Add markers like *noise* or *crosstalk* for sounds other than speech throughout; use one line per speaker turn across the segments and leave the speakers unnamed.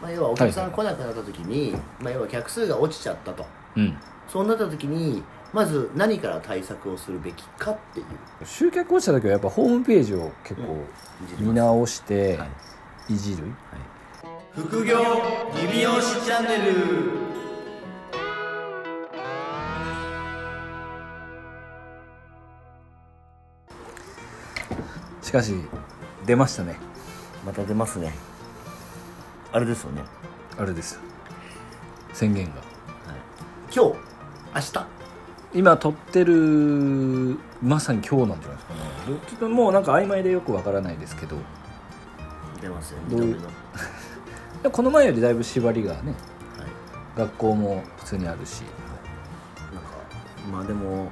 まあ、要はお客さんが来なくなった時に、まあ、要は客数が落ちちゃったと
うん
そうなった時にまず何から対策をするべきかっていう
集客をした時はやっぱホームページを結構見直して
はい
いじる、
副業リビオシチャンネル
しかし出ましたね
また出ますねあれですよね
あれです宣言が
今日明日
今撮ってるまさに今日なんじゃないですかねどちょっともうなんか曖昧でよくわからないですけど
出ますよ
ど
ね
う
見た目の、は
でこの前よりだいぶ縛りがね
い、
学校も普通にあるし
なんかまあでも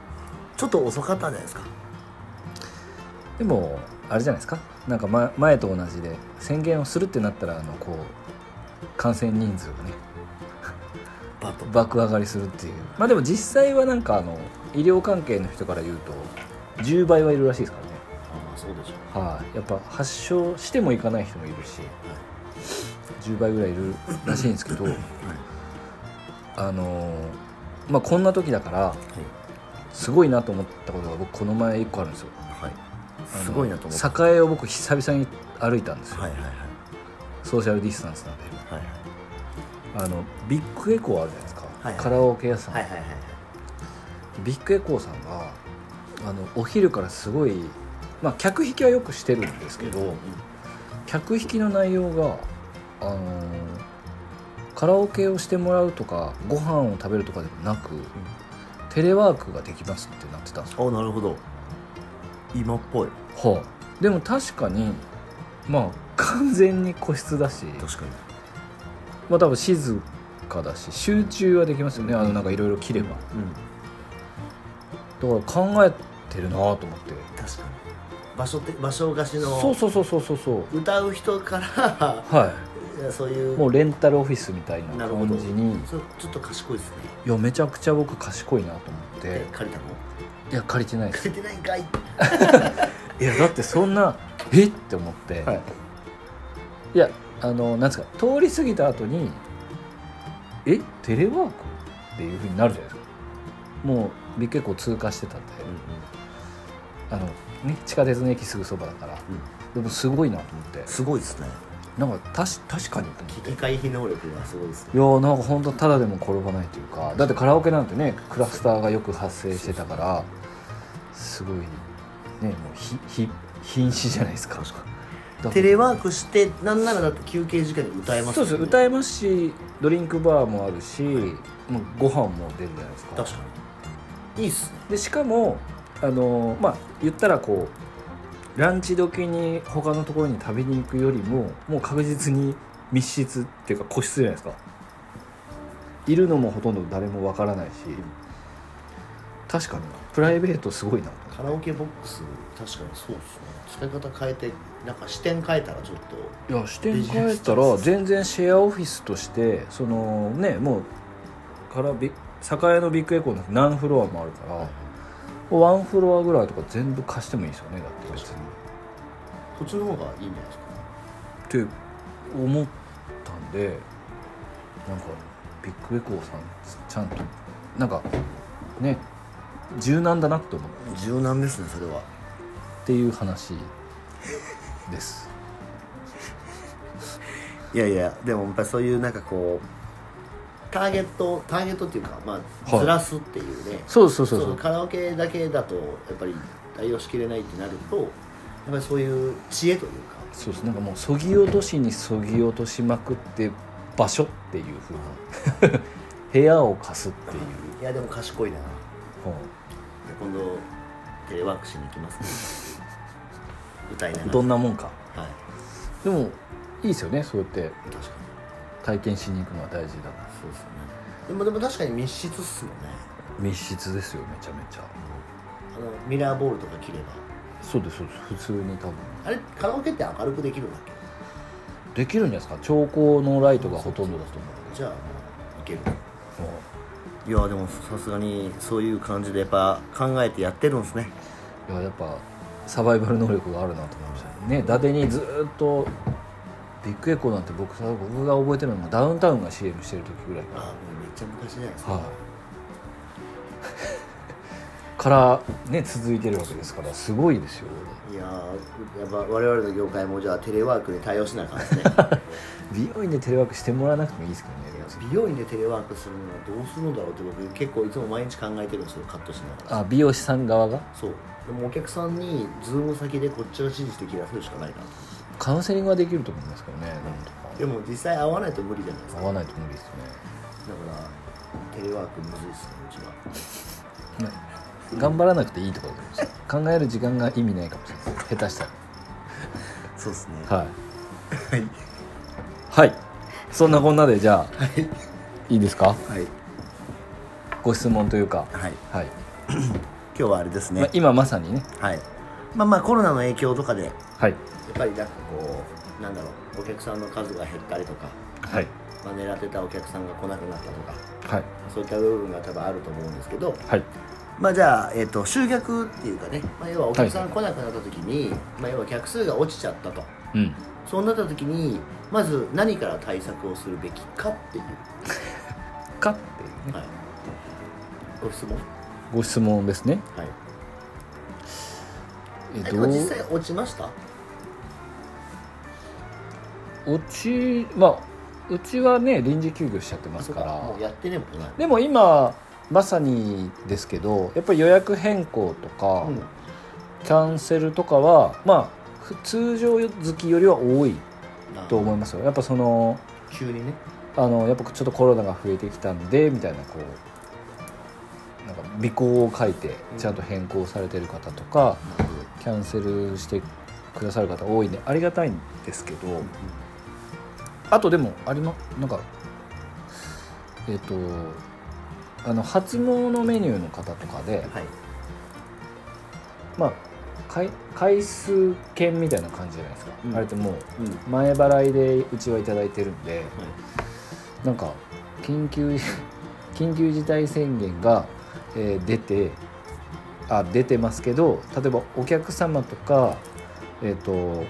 ちょっと遅かったんじゃないですか
でもあれじゃないですかなんか、ま、前と同じで宣言をするってなったらあのこう感染人数がね
バッと
爆上がりするっていうまあでも実際はなんかあの医療関係の人から言うと10倍はいるらしいですからね
あまあそうでしょう
はい、やっぱ発症してもいかない人もいるし、10倍ぐらいいるらしいんですけど、あのーまあこんな時だからすごいなと思ったことが僕この前1個あるんですよ
はい
あの
すごいなと思って
栄を僕久々に歩いたんですよ、
はいはいはい
ソーシャルディスタンスなんで
はい
あのビッグエコーあるじゃないですか、
はいはい
カラオケ屋さん、
はいはいはいはい
ビッグエコーさんがあのお昼からすごい、まあ、客引きはよくしてるんですけど、客引きの内容が、あのーカラオケをしてもらうとかご飯を食べるとかでもなく、テレワークができますってなってたんですよ、
あなるほど今っぽい
はあ、でも確かにまあ完全に個室だし、
確かに
まあ、多分静かだし集中はできますよねあのなんかいろいろ切れば
うん
だから考えてるなと思って
確かに
場所って場所貸し
そう
の
そうそうそうそうそう
歌う人から
はい
やそういう
いもうレンタルオフィスみたいな
なるほ
感
ど
じに
そちょっと賢いですね
いやめちゃくちゃ僕賢いなと思って
え借りたの
いや借りてないです
借りてないんかい
いやだってそんな *laughs* えって思って、
はい
い、やあのなんですか通り過ぎた後にえテレワークっていうふうになるじゃないですかもうビッグエコー通過してたんで、あのね、地下鉄の駅すぐそばだから、でもすごいなと思って
すごいですね
なんかたし確かにと思っ
危
て
機回避能力がすごいですね
いやなんか本当ただでも転ばないというかだってカラオケなんてねクラスターがよく発生してたからすごいねもうひひ瀕死じゃないですかだから
テレワークしてなんならだって休憩時間に歌えます
そう
よ
です
ね
歌えますしドリンクバーもあるし、もうご飯も出るじゃないですか
確かにいいっすね
でしかもあのまあ言ったらこうランチ時に他のところに食べに行くよりももう確実に密室っていうか個室じゃないですかいるのもほとんど誰もわからないし確かにプライベートすごいなと
カラオケボックス確かにそうっすね使い方変えてなんか視点変えたらちょっと
いや視点変えたら全然シェアオフィスとしてそのねもうからび栄のビッグエコーなんて何フロアもあるからワンフロアぐらいとか全部貸してもいいですよねだって別に
こっちの方がいいんじゃないですか
って思ったんでなんかビッグエコーさんちゃんとなんかね柔軟だなって思う
柔軟ですねそれは
っていう話です
いやいやでもやっぱりそういうなんかこ
ターゲットターゲットっていうかまあ
はい
ずらすっていうね、
そうそう
そうカラオケだけだとやっぱり対応しきれないってなるとやっぱりそういう知恵というか
そうですなんかもうそぎ落としにそぎ落としまくって場所っていうふうに *laughs* 部屋を貸すっていう、
いやでも賢いな
う
今度テレワークしに行きます、ね、歌いなが
ん
ら
どんなもんか
はい
でもいいですよねそうやって
確かに
体験しに行くのは大事だな
そうですよねでもでも確かに密室っすもんね
密室ですよめちゃめちゃ
あのミラーボールとか切れば
そうですそうです普通に多分
あれカラオケって明るくできるんだっけ
できるんじゃないですか調光のライトがほとんどだと思
じゃあもういける
う
ういやでもさすがにそういう感じでやっぱ考えてやってるんですね
うんいややっぱサバイバル能力があるなと思いましたねね伊達にずーっとビッグエコーなんて僕さ僕が覚えてるのはダウンタウンが CM してる時ぐらい *laughs* か
あもうめっちゃ昔じゃないです
ら、
か、
はいからね続いてるわけですからすごいですよ
い、やーやっぱ我々の業界もじゃあテレワークに対応しなあかんですね
美容院でテレワークしてもらわなくてもいいですけどね別に
美容院でテレワークするのはどうするのだろうって僕結構いつも毎日考えてるんですよカットしながら
あ美容師さん側が
そうでもお客さんにズーム先でこっちが指示して切らせるしかないなと
カウンセリングはできると思いますけどねなんとか *laughs*
でも実際会わないと無理じゃないですか
合わないと無理ですよ
だからテレワークむずいっすねうちは
ねね頑張らなくていいところだと思います考える時間が意味ないかもしれない下手したら
そうですね
はいはい、そんなこんなでじゃあ、い、いですか
はい
ご質問というか、
はい
はい
今日はあれです
まあ
ね、
今まさにね
はいまあまあコロナの影響とかで
はい
やっぱりなんかこうなんだろうお客さんの数が減ったりとか、
はい
まあ、狙ってたお客さんが来なくなったとか
はい
そういった部分が多分あると思うんですけど、
はい
まあ、じゃあ、えっと集客っていうかね、まあ、要はお客さんが来なくなった時に、まあ、要は客数が落ちちゃったと
うん
そうなった時にまず何から対策をするべきかっていう、
かっていうね
はい、ご質問
ご質問ですね
はい
え
え
っ
で
と
も実際落ちました
うちまあうちはね臨時休業しちゃってます
そう
か
からもうやってねもんね
でも今まさにですけどやっぱり予約変更とか、
うん
キャンセルとかはまあふ通常好きよりは多い
あ
と思いますよやっぱその
急にね
あのやっぱちょっとコロナが増えてきたんでみたいなこうなんか尾行を書いてちゃんと変更されてる方とか、キャンセルしてくださる方多いんでありがたいんですけど、あとでもありまなんかえっ、とあの初詣メニューの方とかで、
はい
まあ回回数券みたいな感じじゃないですか、
うん
あれってもう
うんは
前払いでうちはいただいてるんで。
い
なんか緊急 *laughs* 緊急事態宣言が、えー出てあ出てますけど例えばお客様とか、えー、と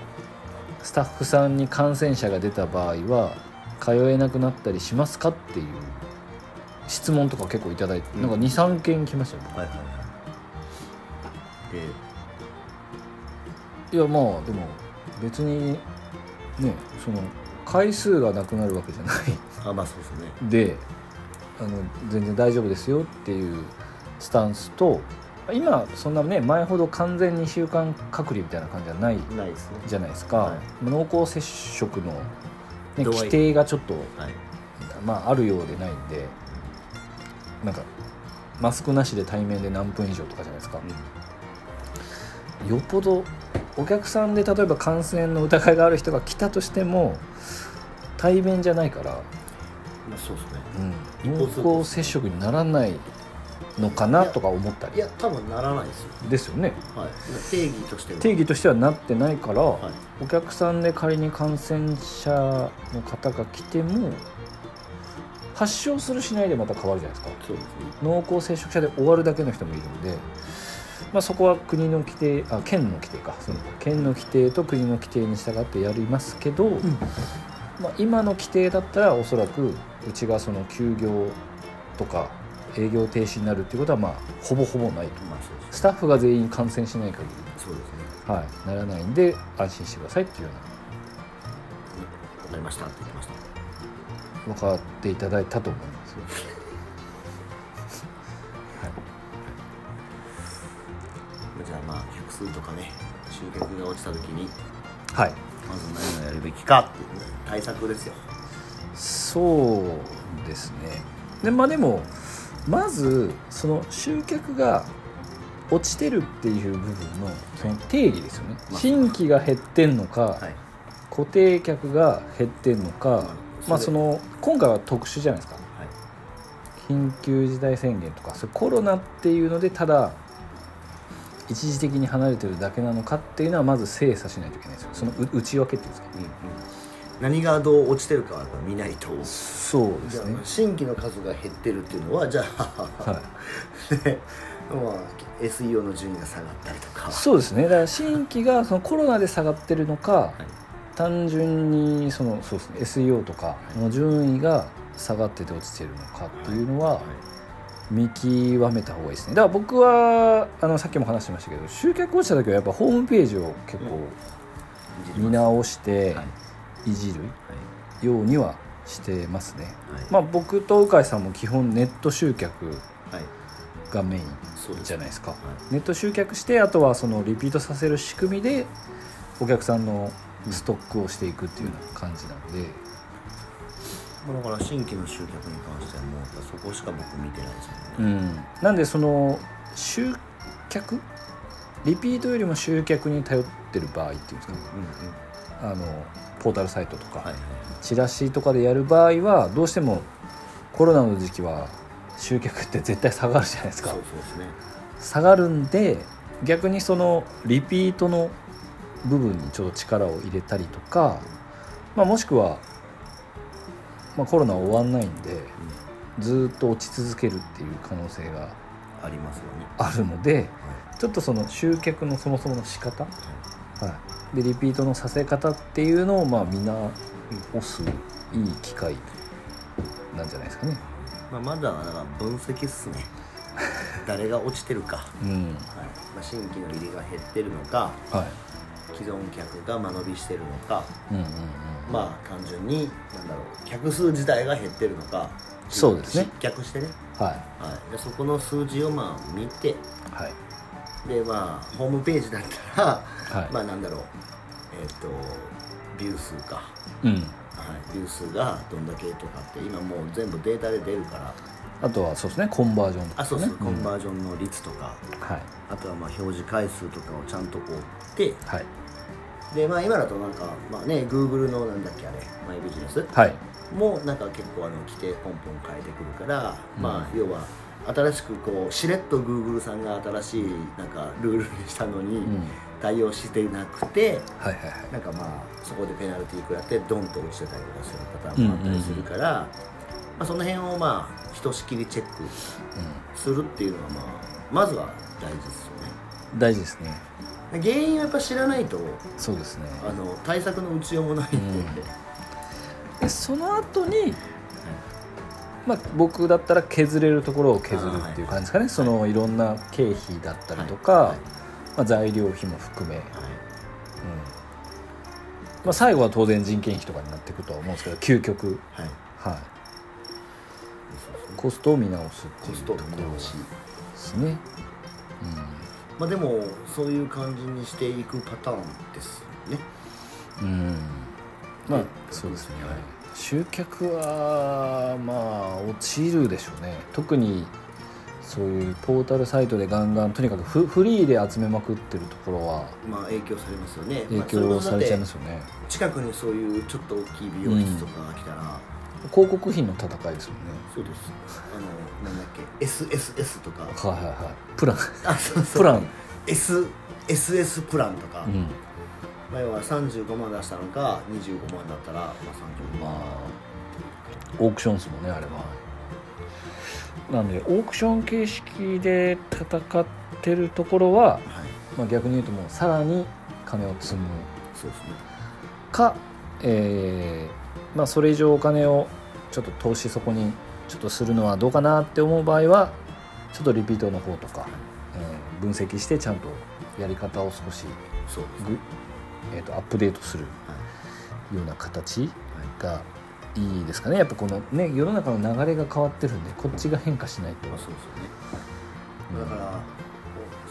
スタッフさんに感染者が出た場合は通えなくなったりしますかっていう質問とか結構いただいて、
うん
なんか23件来ましたよ
はいはいはいで
いやまあでも別にねその回数がなくなるわけじゃない
あまあそうですね
であの全然大丈夫ですよっていうスタンスと今そんなね前ほど完全に週間隔離みたいな感じじゃない
ないですね
じゃないですか、
は
濃厚接触の、ね、
度合い
規定がちょっと、
はい
まあ、あるようでないんでなんかマスクなしで対面で何分以上とかじゃないですか、よっぽどお客さんで例えば感染の疑いがある人が来たとしても対面じゃないから
まあそうですね
うん、
一方通行
濃厚接触にならないのかなとか思った
い
り
や多分ならないですよ
ですよね
はい定義としては
定義としてはなってないから、
はい
お客さんで仮に感染者の方が来ても発症するしないでまた変わるじゃないですか
そうですね
濃厚接触者で終わるだけの人もいるんで、まあ、そこは国の規定あ県の規定かその県の規定と国の規定に従ってやりますけど、まあ、今の規定だったらおそらくうちがその休業とか営業停止になるっていうことはまあほぼほぼないと
まあそうです
スタッフが全員感染しない限
そうですね
り、はい、ならないんで安心してくださいっていうよう
わかりましたって言ってました
な分かっていただいたと思いますよ
じゃあまあ客数とかね集客が落ちた時に
はい
まず何をやるべきかっていうね対策ですよ
そうですねで,、まあ、でもまずその集客が落ちてるっていう部分のその定義ですよね、
まあ
新規が減ってんのか、
はい
固定客が減ってんのか、まあ、そ
れ
の今回は特殊じゃないですか
はい
緊急事態宣言とかそれコロナっていうのでただ一時的に離れてるだけなのかっていうのはまず精査しないといけないですよそのう内訳っていうんですか
うんうん何がどう落ちてるかは見ないと
そうで
じゃ
す
あ
ね
新規の数が減ってるっていうのはじゃあ
はい
で *laughs* まあ SEO の順位が下がったりとか
そうですねだから新規がそのコロナで下がってるのか、単純にそのそうですね SEO とかの順位が下がってて落ちてるのかっていうのは見極めた方がいいですねだから僕はあのさっきも話してましたけど集客落ちた時はやっぱホームページを結構見直していじるようにはしてますね、まあ僕と鵜飼さんも基本ネット集客
はい
がメイン
そうです
じゃないですか、ネット集客してあとはそのリピートさせる仕組みでお客さんのストックをしていくっていうような感じなんで、
まあだから新規の集客に関してはもうやっぱそこしか僕見てないです
う
もんね、
ん、なんでその集客リピートよりも集客に頼ってる場合っていうんですか、ね
うんうん
あのポータルサイトとか、
はいはい
チラシとかでやる場合はどうしてもコロナの時期は集客って絶対下がるじゃないですか
そうそうですね
下がるんで逆にそのリピートの部分にちょっと力を入れたりとか、まあ、もしくは、まあ、コロナは終わんないんでずーっと落ち続けるっていう可能性が
ありますよね
あるので
は
ちょっとその集客のそもそもの仕方、
いは
はい、でリピートのさせ方っていうのをまあ見直すいい機会なんじゃないですかね。
いまあ、まだだから分析っす
*laughs*
ね誰が落ちてるか、
うん
はいまあ、新規の入りが減ってるのか
はい
既存客が間延びしてるのか
うんうんうん
まあ単純になんだろう客数自体が減ってるのか
そうですね
失脚してね、
はい
はい、でそこの数字をまあ見て
はい
でまあホームページだったら、
はい、
まあなんだろうえっ、とビュー数か、
うん
はい、ビュー数がどんだけとかって今もう全部データで出るから
あとはそうですねコンバージョンとか、
あ
ね、
そうそう、コン
ー
バージョンの率とか
ジョンはい
あとはまあ表示回数とかをちゃんとこう追って
はい
でまあ今だとなんかまあね Google のなんだっけあれマイビジネス
はい
もなんか結構あの規定ポンポン変えてくるから、
うん
まあ要は新しくこうしれっと Google さんが新しいなんかルールにしたの
うん
に対応してなくて、
はいはいはい
なんかまあそこでペナルティー食らってドンと落ちてたりとかするパターンもあったりするから、まあ、その辺をまあひとしきりチェックするっていうのはまあまずは大事ですよ
うん大事ですね
ね原因をやっぱ知らないと
そうですね
あの対策の打ちようもないんで、
うんでその後にまあ、僕だったら削れるところを削るっていう感じですかね、そのいろんな経費だったりとか、
はいはい
まあ、材料費も含め、うん
はい
まあ、最後は当然人件費とかになっていくとは思うんですけど究極、
はい
はい、
そうそう
コストを見直すって
コ
い
ス
う
ト
と
を
ころ
見
で
直し
すね、
まあ、でもそういう感じにしていくパターンですよね
うんうんまあそうですね、集客はまあ落ちるでしょうね特にそういうポータルサイトでガンガンとにかくフフリーで集めまくってるところは
まあ影響されますよね、
影響されちゃいますすよね、
まあそれこそだって近くにそういうちょっと大きい美容室とかが来たら、
広告費の戦いですもんね
そうですあのなんだっけ SSS とか
はいはいはいプラン
あそうそう
プラン
S SS プランとか、
うん
まあ、要は35万出したのか25万だったら、まあ、35万、
まあオークションですもんねあれはなんでオークション形式で戦ってるところは、
はい、
まあ、逆に言うともうさらに金を積む
そうですね
か、えーまあ、それ以上お金をちょっと投資そこにちょっとするのはどうかなって思う場合はちょっとリピートの方とか、えー分析してちゃんとやり方を少し
そうですね
ぐ、えー、とアップデートする
は
ような形がいいですかねやっぱこのね世の中の流れが変わってるんでこっちが変化しないと
いまあ、そうですよねだから、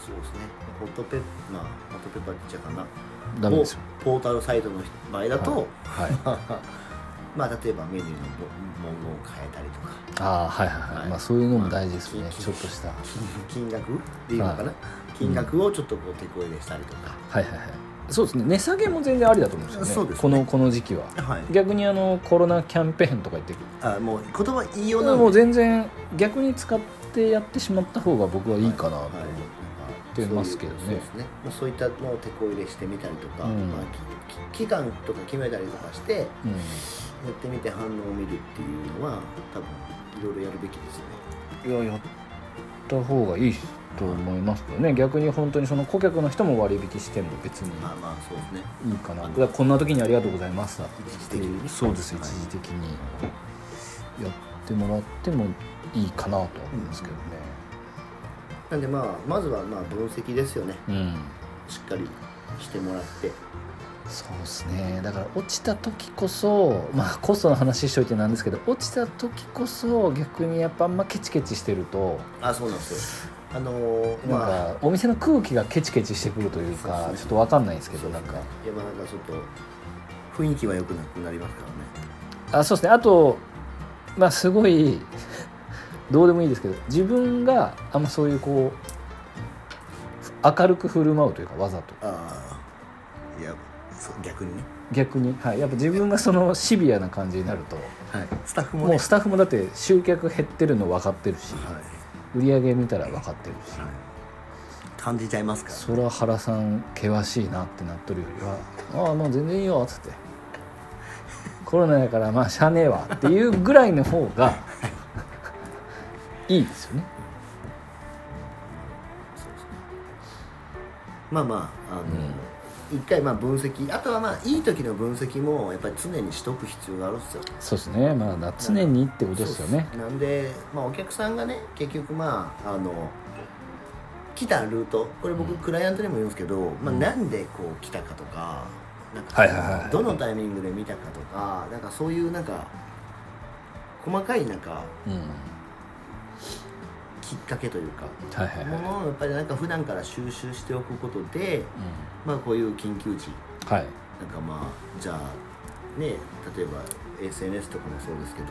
おそうですねホットペッまあホットペッパーって言っちゃうかな
うんダメですよ
ポータルサイトの場合だと、
はいあ
*laughs* まあ例えばメニューのも文言を変えたりと
*laughs*
か
あーはいはいは、
はいい
まあ、そういうのも大事ですよね
まあ
ちょっとしたは
金額でいいのかな、
は
金額をちょっとこう手こ入れしたりとか、
いはいはいそうですね値下げも全然ありだと思うんですよね
そうですね
このこの時期は
はい
逆にあのコロナキャンペーンとか言って
あもう言葉言いような
も
ん
う
で
全然逆に使ってやってしまった方が僕はいいかなと、
はい
出ますけどね
そういうそうですね、まあ、そういったのを手こ入れしてみたりとか、
うん
まあ、きき期間とか決めたりとかしてや
うん
ってみて反応を見るっていうのは多分いろいろやるべきですよね
いややっった方がいいと思いますけどね逆に本当にその顧客の人も割引しても別に
まあまあそうですね
いいかなだからこんな時にありがとうございますだって
一時的にね
そうです一時的にやってもらってもいいかなとは思いますけどね
なんでまあまずはまあ分析ですよね
うん、
しっかりしてもらって
そうですねだから落ちた時こそまあコストの話しといてなんですけど落ちた時こそ逆にやっぱあんまケチケチしてると
あそうなんですよあのー
なん
まあ
かお店の空気がケチケチしてくるという
そう
か
そう
ちょっとわかんないですけ
そ
ど
う
な
なん
ん
か
か
やっぱなんかちょっと雰囲気は良くなくなりますからね
あそうですねあとまあすごい *laughs* どうでもいいですけど自分があんまそういうこう明るく振る舞うというかわざと
ああいやそう逆にね
逆に、はい、やっぱ自分がそのシビアな感じになると
はいスタッフも
も
ね
うスタッフもだって集客減ってるの分かってるし
はい
売り上げ見たら分かってるし
感じちゃいますから
そら原さん険しいなってなっとるよりは「ああもう全然いいよ」っつって「コロナやからまあしゃあねえわ」っていうぐらいの方 *laughs* がいいですよね。
まあまああの、一回まあ分析あとはまあいい時の分析もやっぱり常にしとく必要があるんですよ
そうですね、まあ、常にってことですよね
そうっすなんで、まあ、お客さんがね結局まああの来たルートこれ僕クライアントにも言うんですけど、まあ、なんでこう来たかとかなんか
はいはいはい
どのタイミングで見たかとかなんかそういうなんか細かいなんか
うん
きっかけというか
はいはいはい
ものをやっぱりなんか普段から収集しておくことで、まあ、こういう緊急時
うんはい
なんかまあじゃあね例えば SNS とかもそうですけど、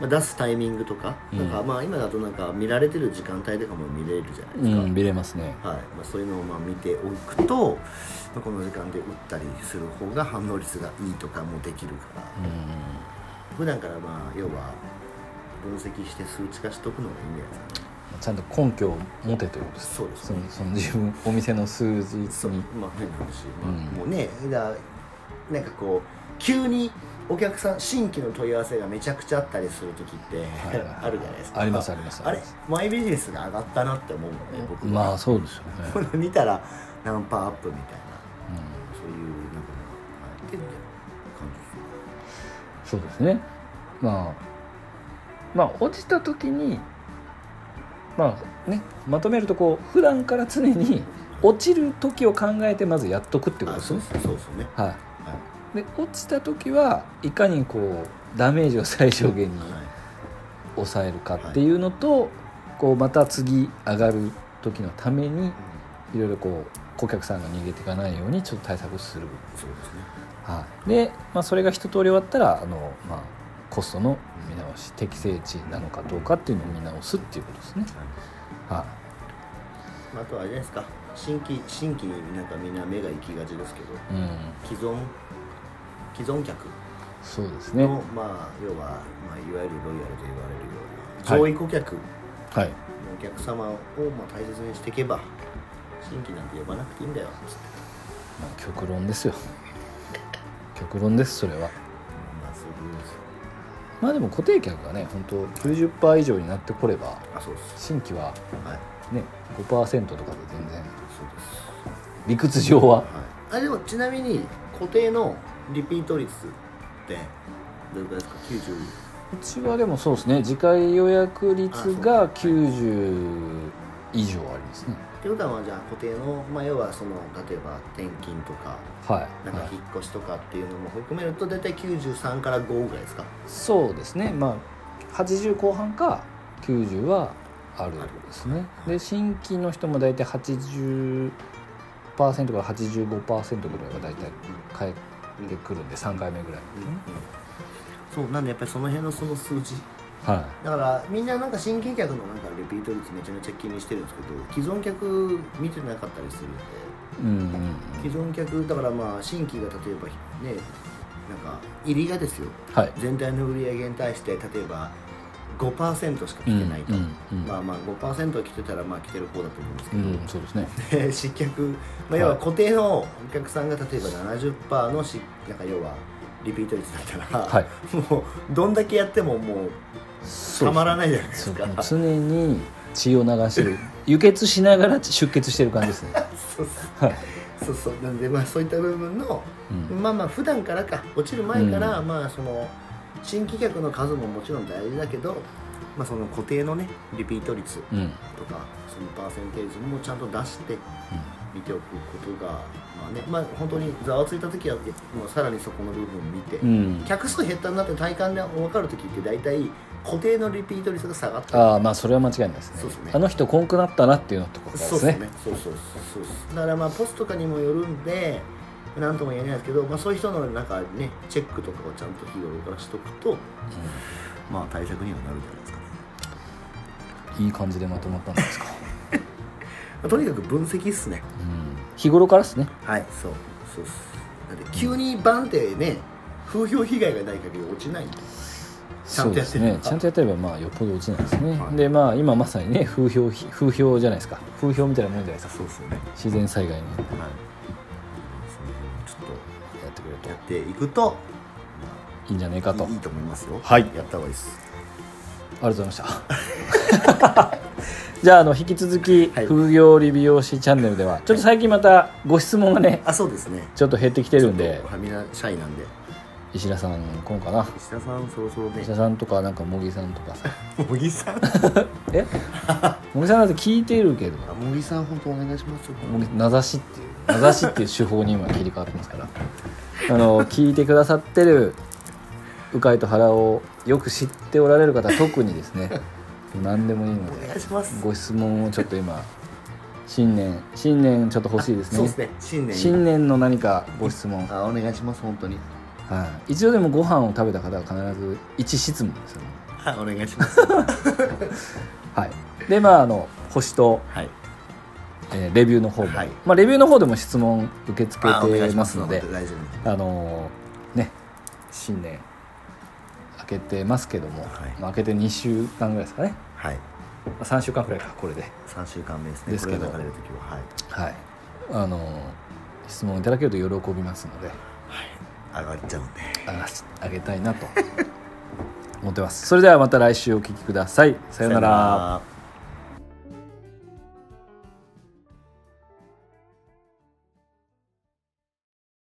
まあ、出すタイミングとか,、
うん
なんかまあ今だとなんか見られてる時間帯とかも見れるじゃないで
う
すか、
ん見れますね
はいまあ、そういうのをまあ見ておくと、まあ、この時間で打ったりする方が反応率がいいとかもできるから
うん
普段からまあ要は分析して数値化しておくのがいいんじゃないですかね
ちゃんと根拠を持てということです
そうです
そのその自分お店の数字
そう
に
まあ変な話、まあ
うん
もうねだなんかこう急にお客さん新規の問い合わせがめちゃくちゃあったりする時って、
はいはい
*laughs* あるじゃないですか
ありますあります
あれ
ります
マイビジネスが上がったなって思うのね僕は
まあそうですよね、
これ *laughs* 見たら何パーアップみたいな
うん、
そういうなんか入ってるんだよ感じです
そうですねまあまあ落ちた時にまあねまとめるとこう普段から常に落ちる時を考えてまずやっとくってこと
あ
です
そう
ね
ですそうですよね
はい
は
で落ちた時はいかにこうダメージを最小限に
い、はい
抑えるかっていうのと、こうまた次上がる時のためにいろいろこう顧客さんが逃げていかないようにちょっと対策する、
そうですね
はい、で、まあ、それが一通り終わったらあの、まあ、コストの見直し適正値なのかどうかっていうのを見直すっていうことですね。は
まああとはあれじゃないですか新規新規になんかみんな目が行きがちですけど
い、うん、
既存既存客
そうですね。
の、
は
まあ、要は、まあ、いわゆるロイヤルと言われるような
はい
上位顧客の
い、
お客様を、まあ、大切にしていけば新規なんて呼ばなくていいんだよつって
まあ、極論ですよ。極論ですそれは。
まあそういうことですよ
まあでも固定客がね本当90%以上になってこれば
あそうです
新規は
はい
ね5%とかで全然
そうです
理屈上は
はいあでもちなみに固定のリピート率ってどれくらいですか
うちはでもそうですね次回予約率が90以上ありますね
90? ってことはまあじゃあ固定の、まあ、要はその例えば転勤とか
はい、
なんか
はい
引っ越しとかっていうのも含めると大体93から5ぐらいですか
そうですねまあ80後半か90はあるですねで新規の人も大体80%から85%ぐらいが大体返ってくるんで3回目ぐらい、
そうなんでやっぱりその辺のその数字
は
だからみんななんか新規客のなんかリピート率めちゃめちゃ気にしてるんですけど既存客見てなかったりするんで
い、うんうんうん
既存客だからまあ新規が例えばねなんか入りがですよ
はい
全体の売り上げに対して例えば5%しか来てないと、
うんうんうん
まあまあ5%来てたらまあ来てる方だと思うんですけ
う
ど、
んそうですね
で失脚、まあ、要は固定のお客さんが例えば70%のしなんか要はリピート率だったら、
はい
もうどんだけやってももう
そうですね
たまらないじゃないで
そ
す
う
か
常に血を流してる輸血しながら出血してる感じですね、 *laughs*
そう
はい
そうそうなんでまあそういった部分の、
うん
まあまあ普段からか落ちる前から、まあその新規客の数ももちろん大事だけど、まあ、その固定のねリピート率
うんうん、
とかそのパーセンテージもちゃんと出して見ておくことがまあねまあ本当にざわついた時はもうさらにそこの部分を見て、
うん、
客数減ったなって体感で分かる時って大体固定のリピート率が下がったり
ああまあそれは間違いないですね
そうですね
あの人こんくなったなっていうのところで
そうです
すね
ね。そうそうそうそう。だからまあポスとかにもよるんで、なんとも言えないですけど、まあそういう人のなんかねチェックとかをちゃんと日頃からしとくと、まあ対策にはなるんじゃないですかね。
いい感じでまとまったんですか、
まあとにかく分析っすね。
うん、日頃からですね
はい、そうそうっす。だって急にバンってね、風評被害がない限り落ちないんで。ちゃんとやってれば
そうですねちゃんとやってればまあよっぽど落ちないですね、
はい
でまあ今まさにね風評ひ風評じゃないですか風評みたいなもんじゃないですか
そうですよね。
自然災害にや
はい。ちょっ
ってくれる
と
と
やっていくと
いいんじゃないかとあ
い
り
いと思いますよ。
はい
やった方がいいです。
がとうございました *laughs* じゃああの引き続き
はい
風業理美容師チャンネルではちょっと最近またご質問がね
あ、そうですね。
ちょっと減ってきてるんで
はみなシャイなんで。
石田さん今かな
石田さんそろそろね
石田さんとかなんか茂木さんとかさ
*laughs* 茂木さん
え茂木さんだって聞いてるけど
茂木さん本当お願いしますよ
もう名指しっていう名指しっていう手法に今切り替わってますからあの聞いてくださってる鵜飼と原をよく知っておられる方は特にですね何でもいいの
お
で
願いします
ご質問をちょっと今新年新年ちょっと欲しいですね
そうですね新年
新年の何かご質問、
あお願いします本当に
はい、一度でもご飯を食べた方は必ず一質問ですよね
はいお願いします
はいでまああの星と、
はい
えーレビューの方も、
はい
まあ、レビューの方でも質問受け付
あお
け
願い
て
し
ますので
大丈夫
あのーね新年明けてますけども、
はい
まあ、明けて2週間ぐらいですかね
はい
3週間くらいかこれで
三週間目ですね
ですけど
これが流れる時ははい
はいあのー質問いただけると喜びますので
上がっちゃうんで
あがしあげたいなと思ってますそれではまた来週お聞きくださいさようなら
ら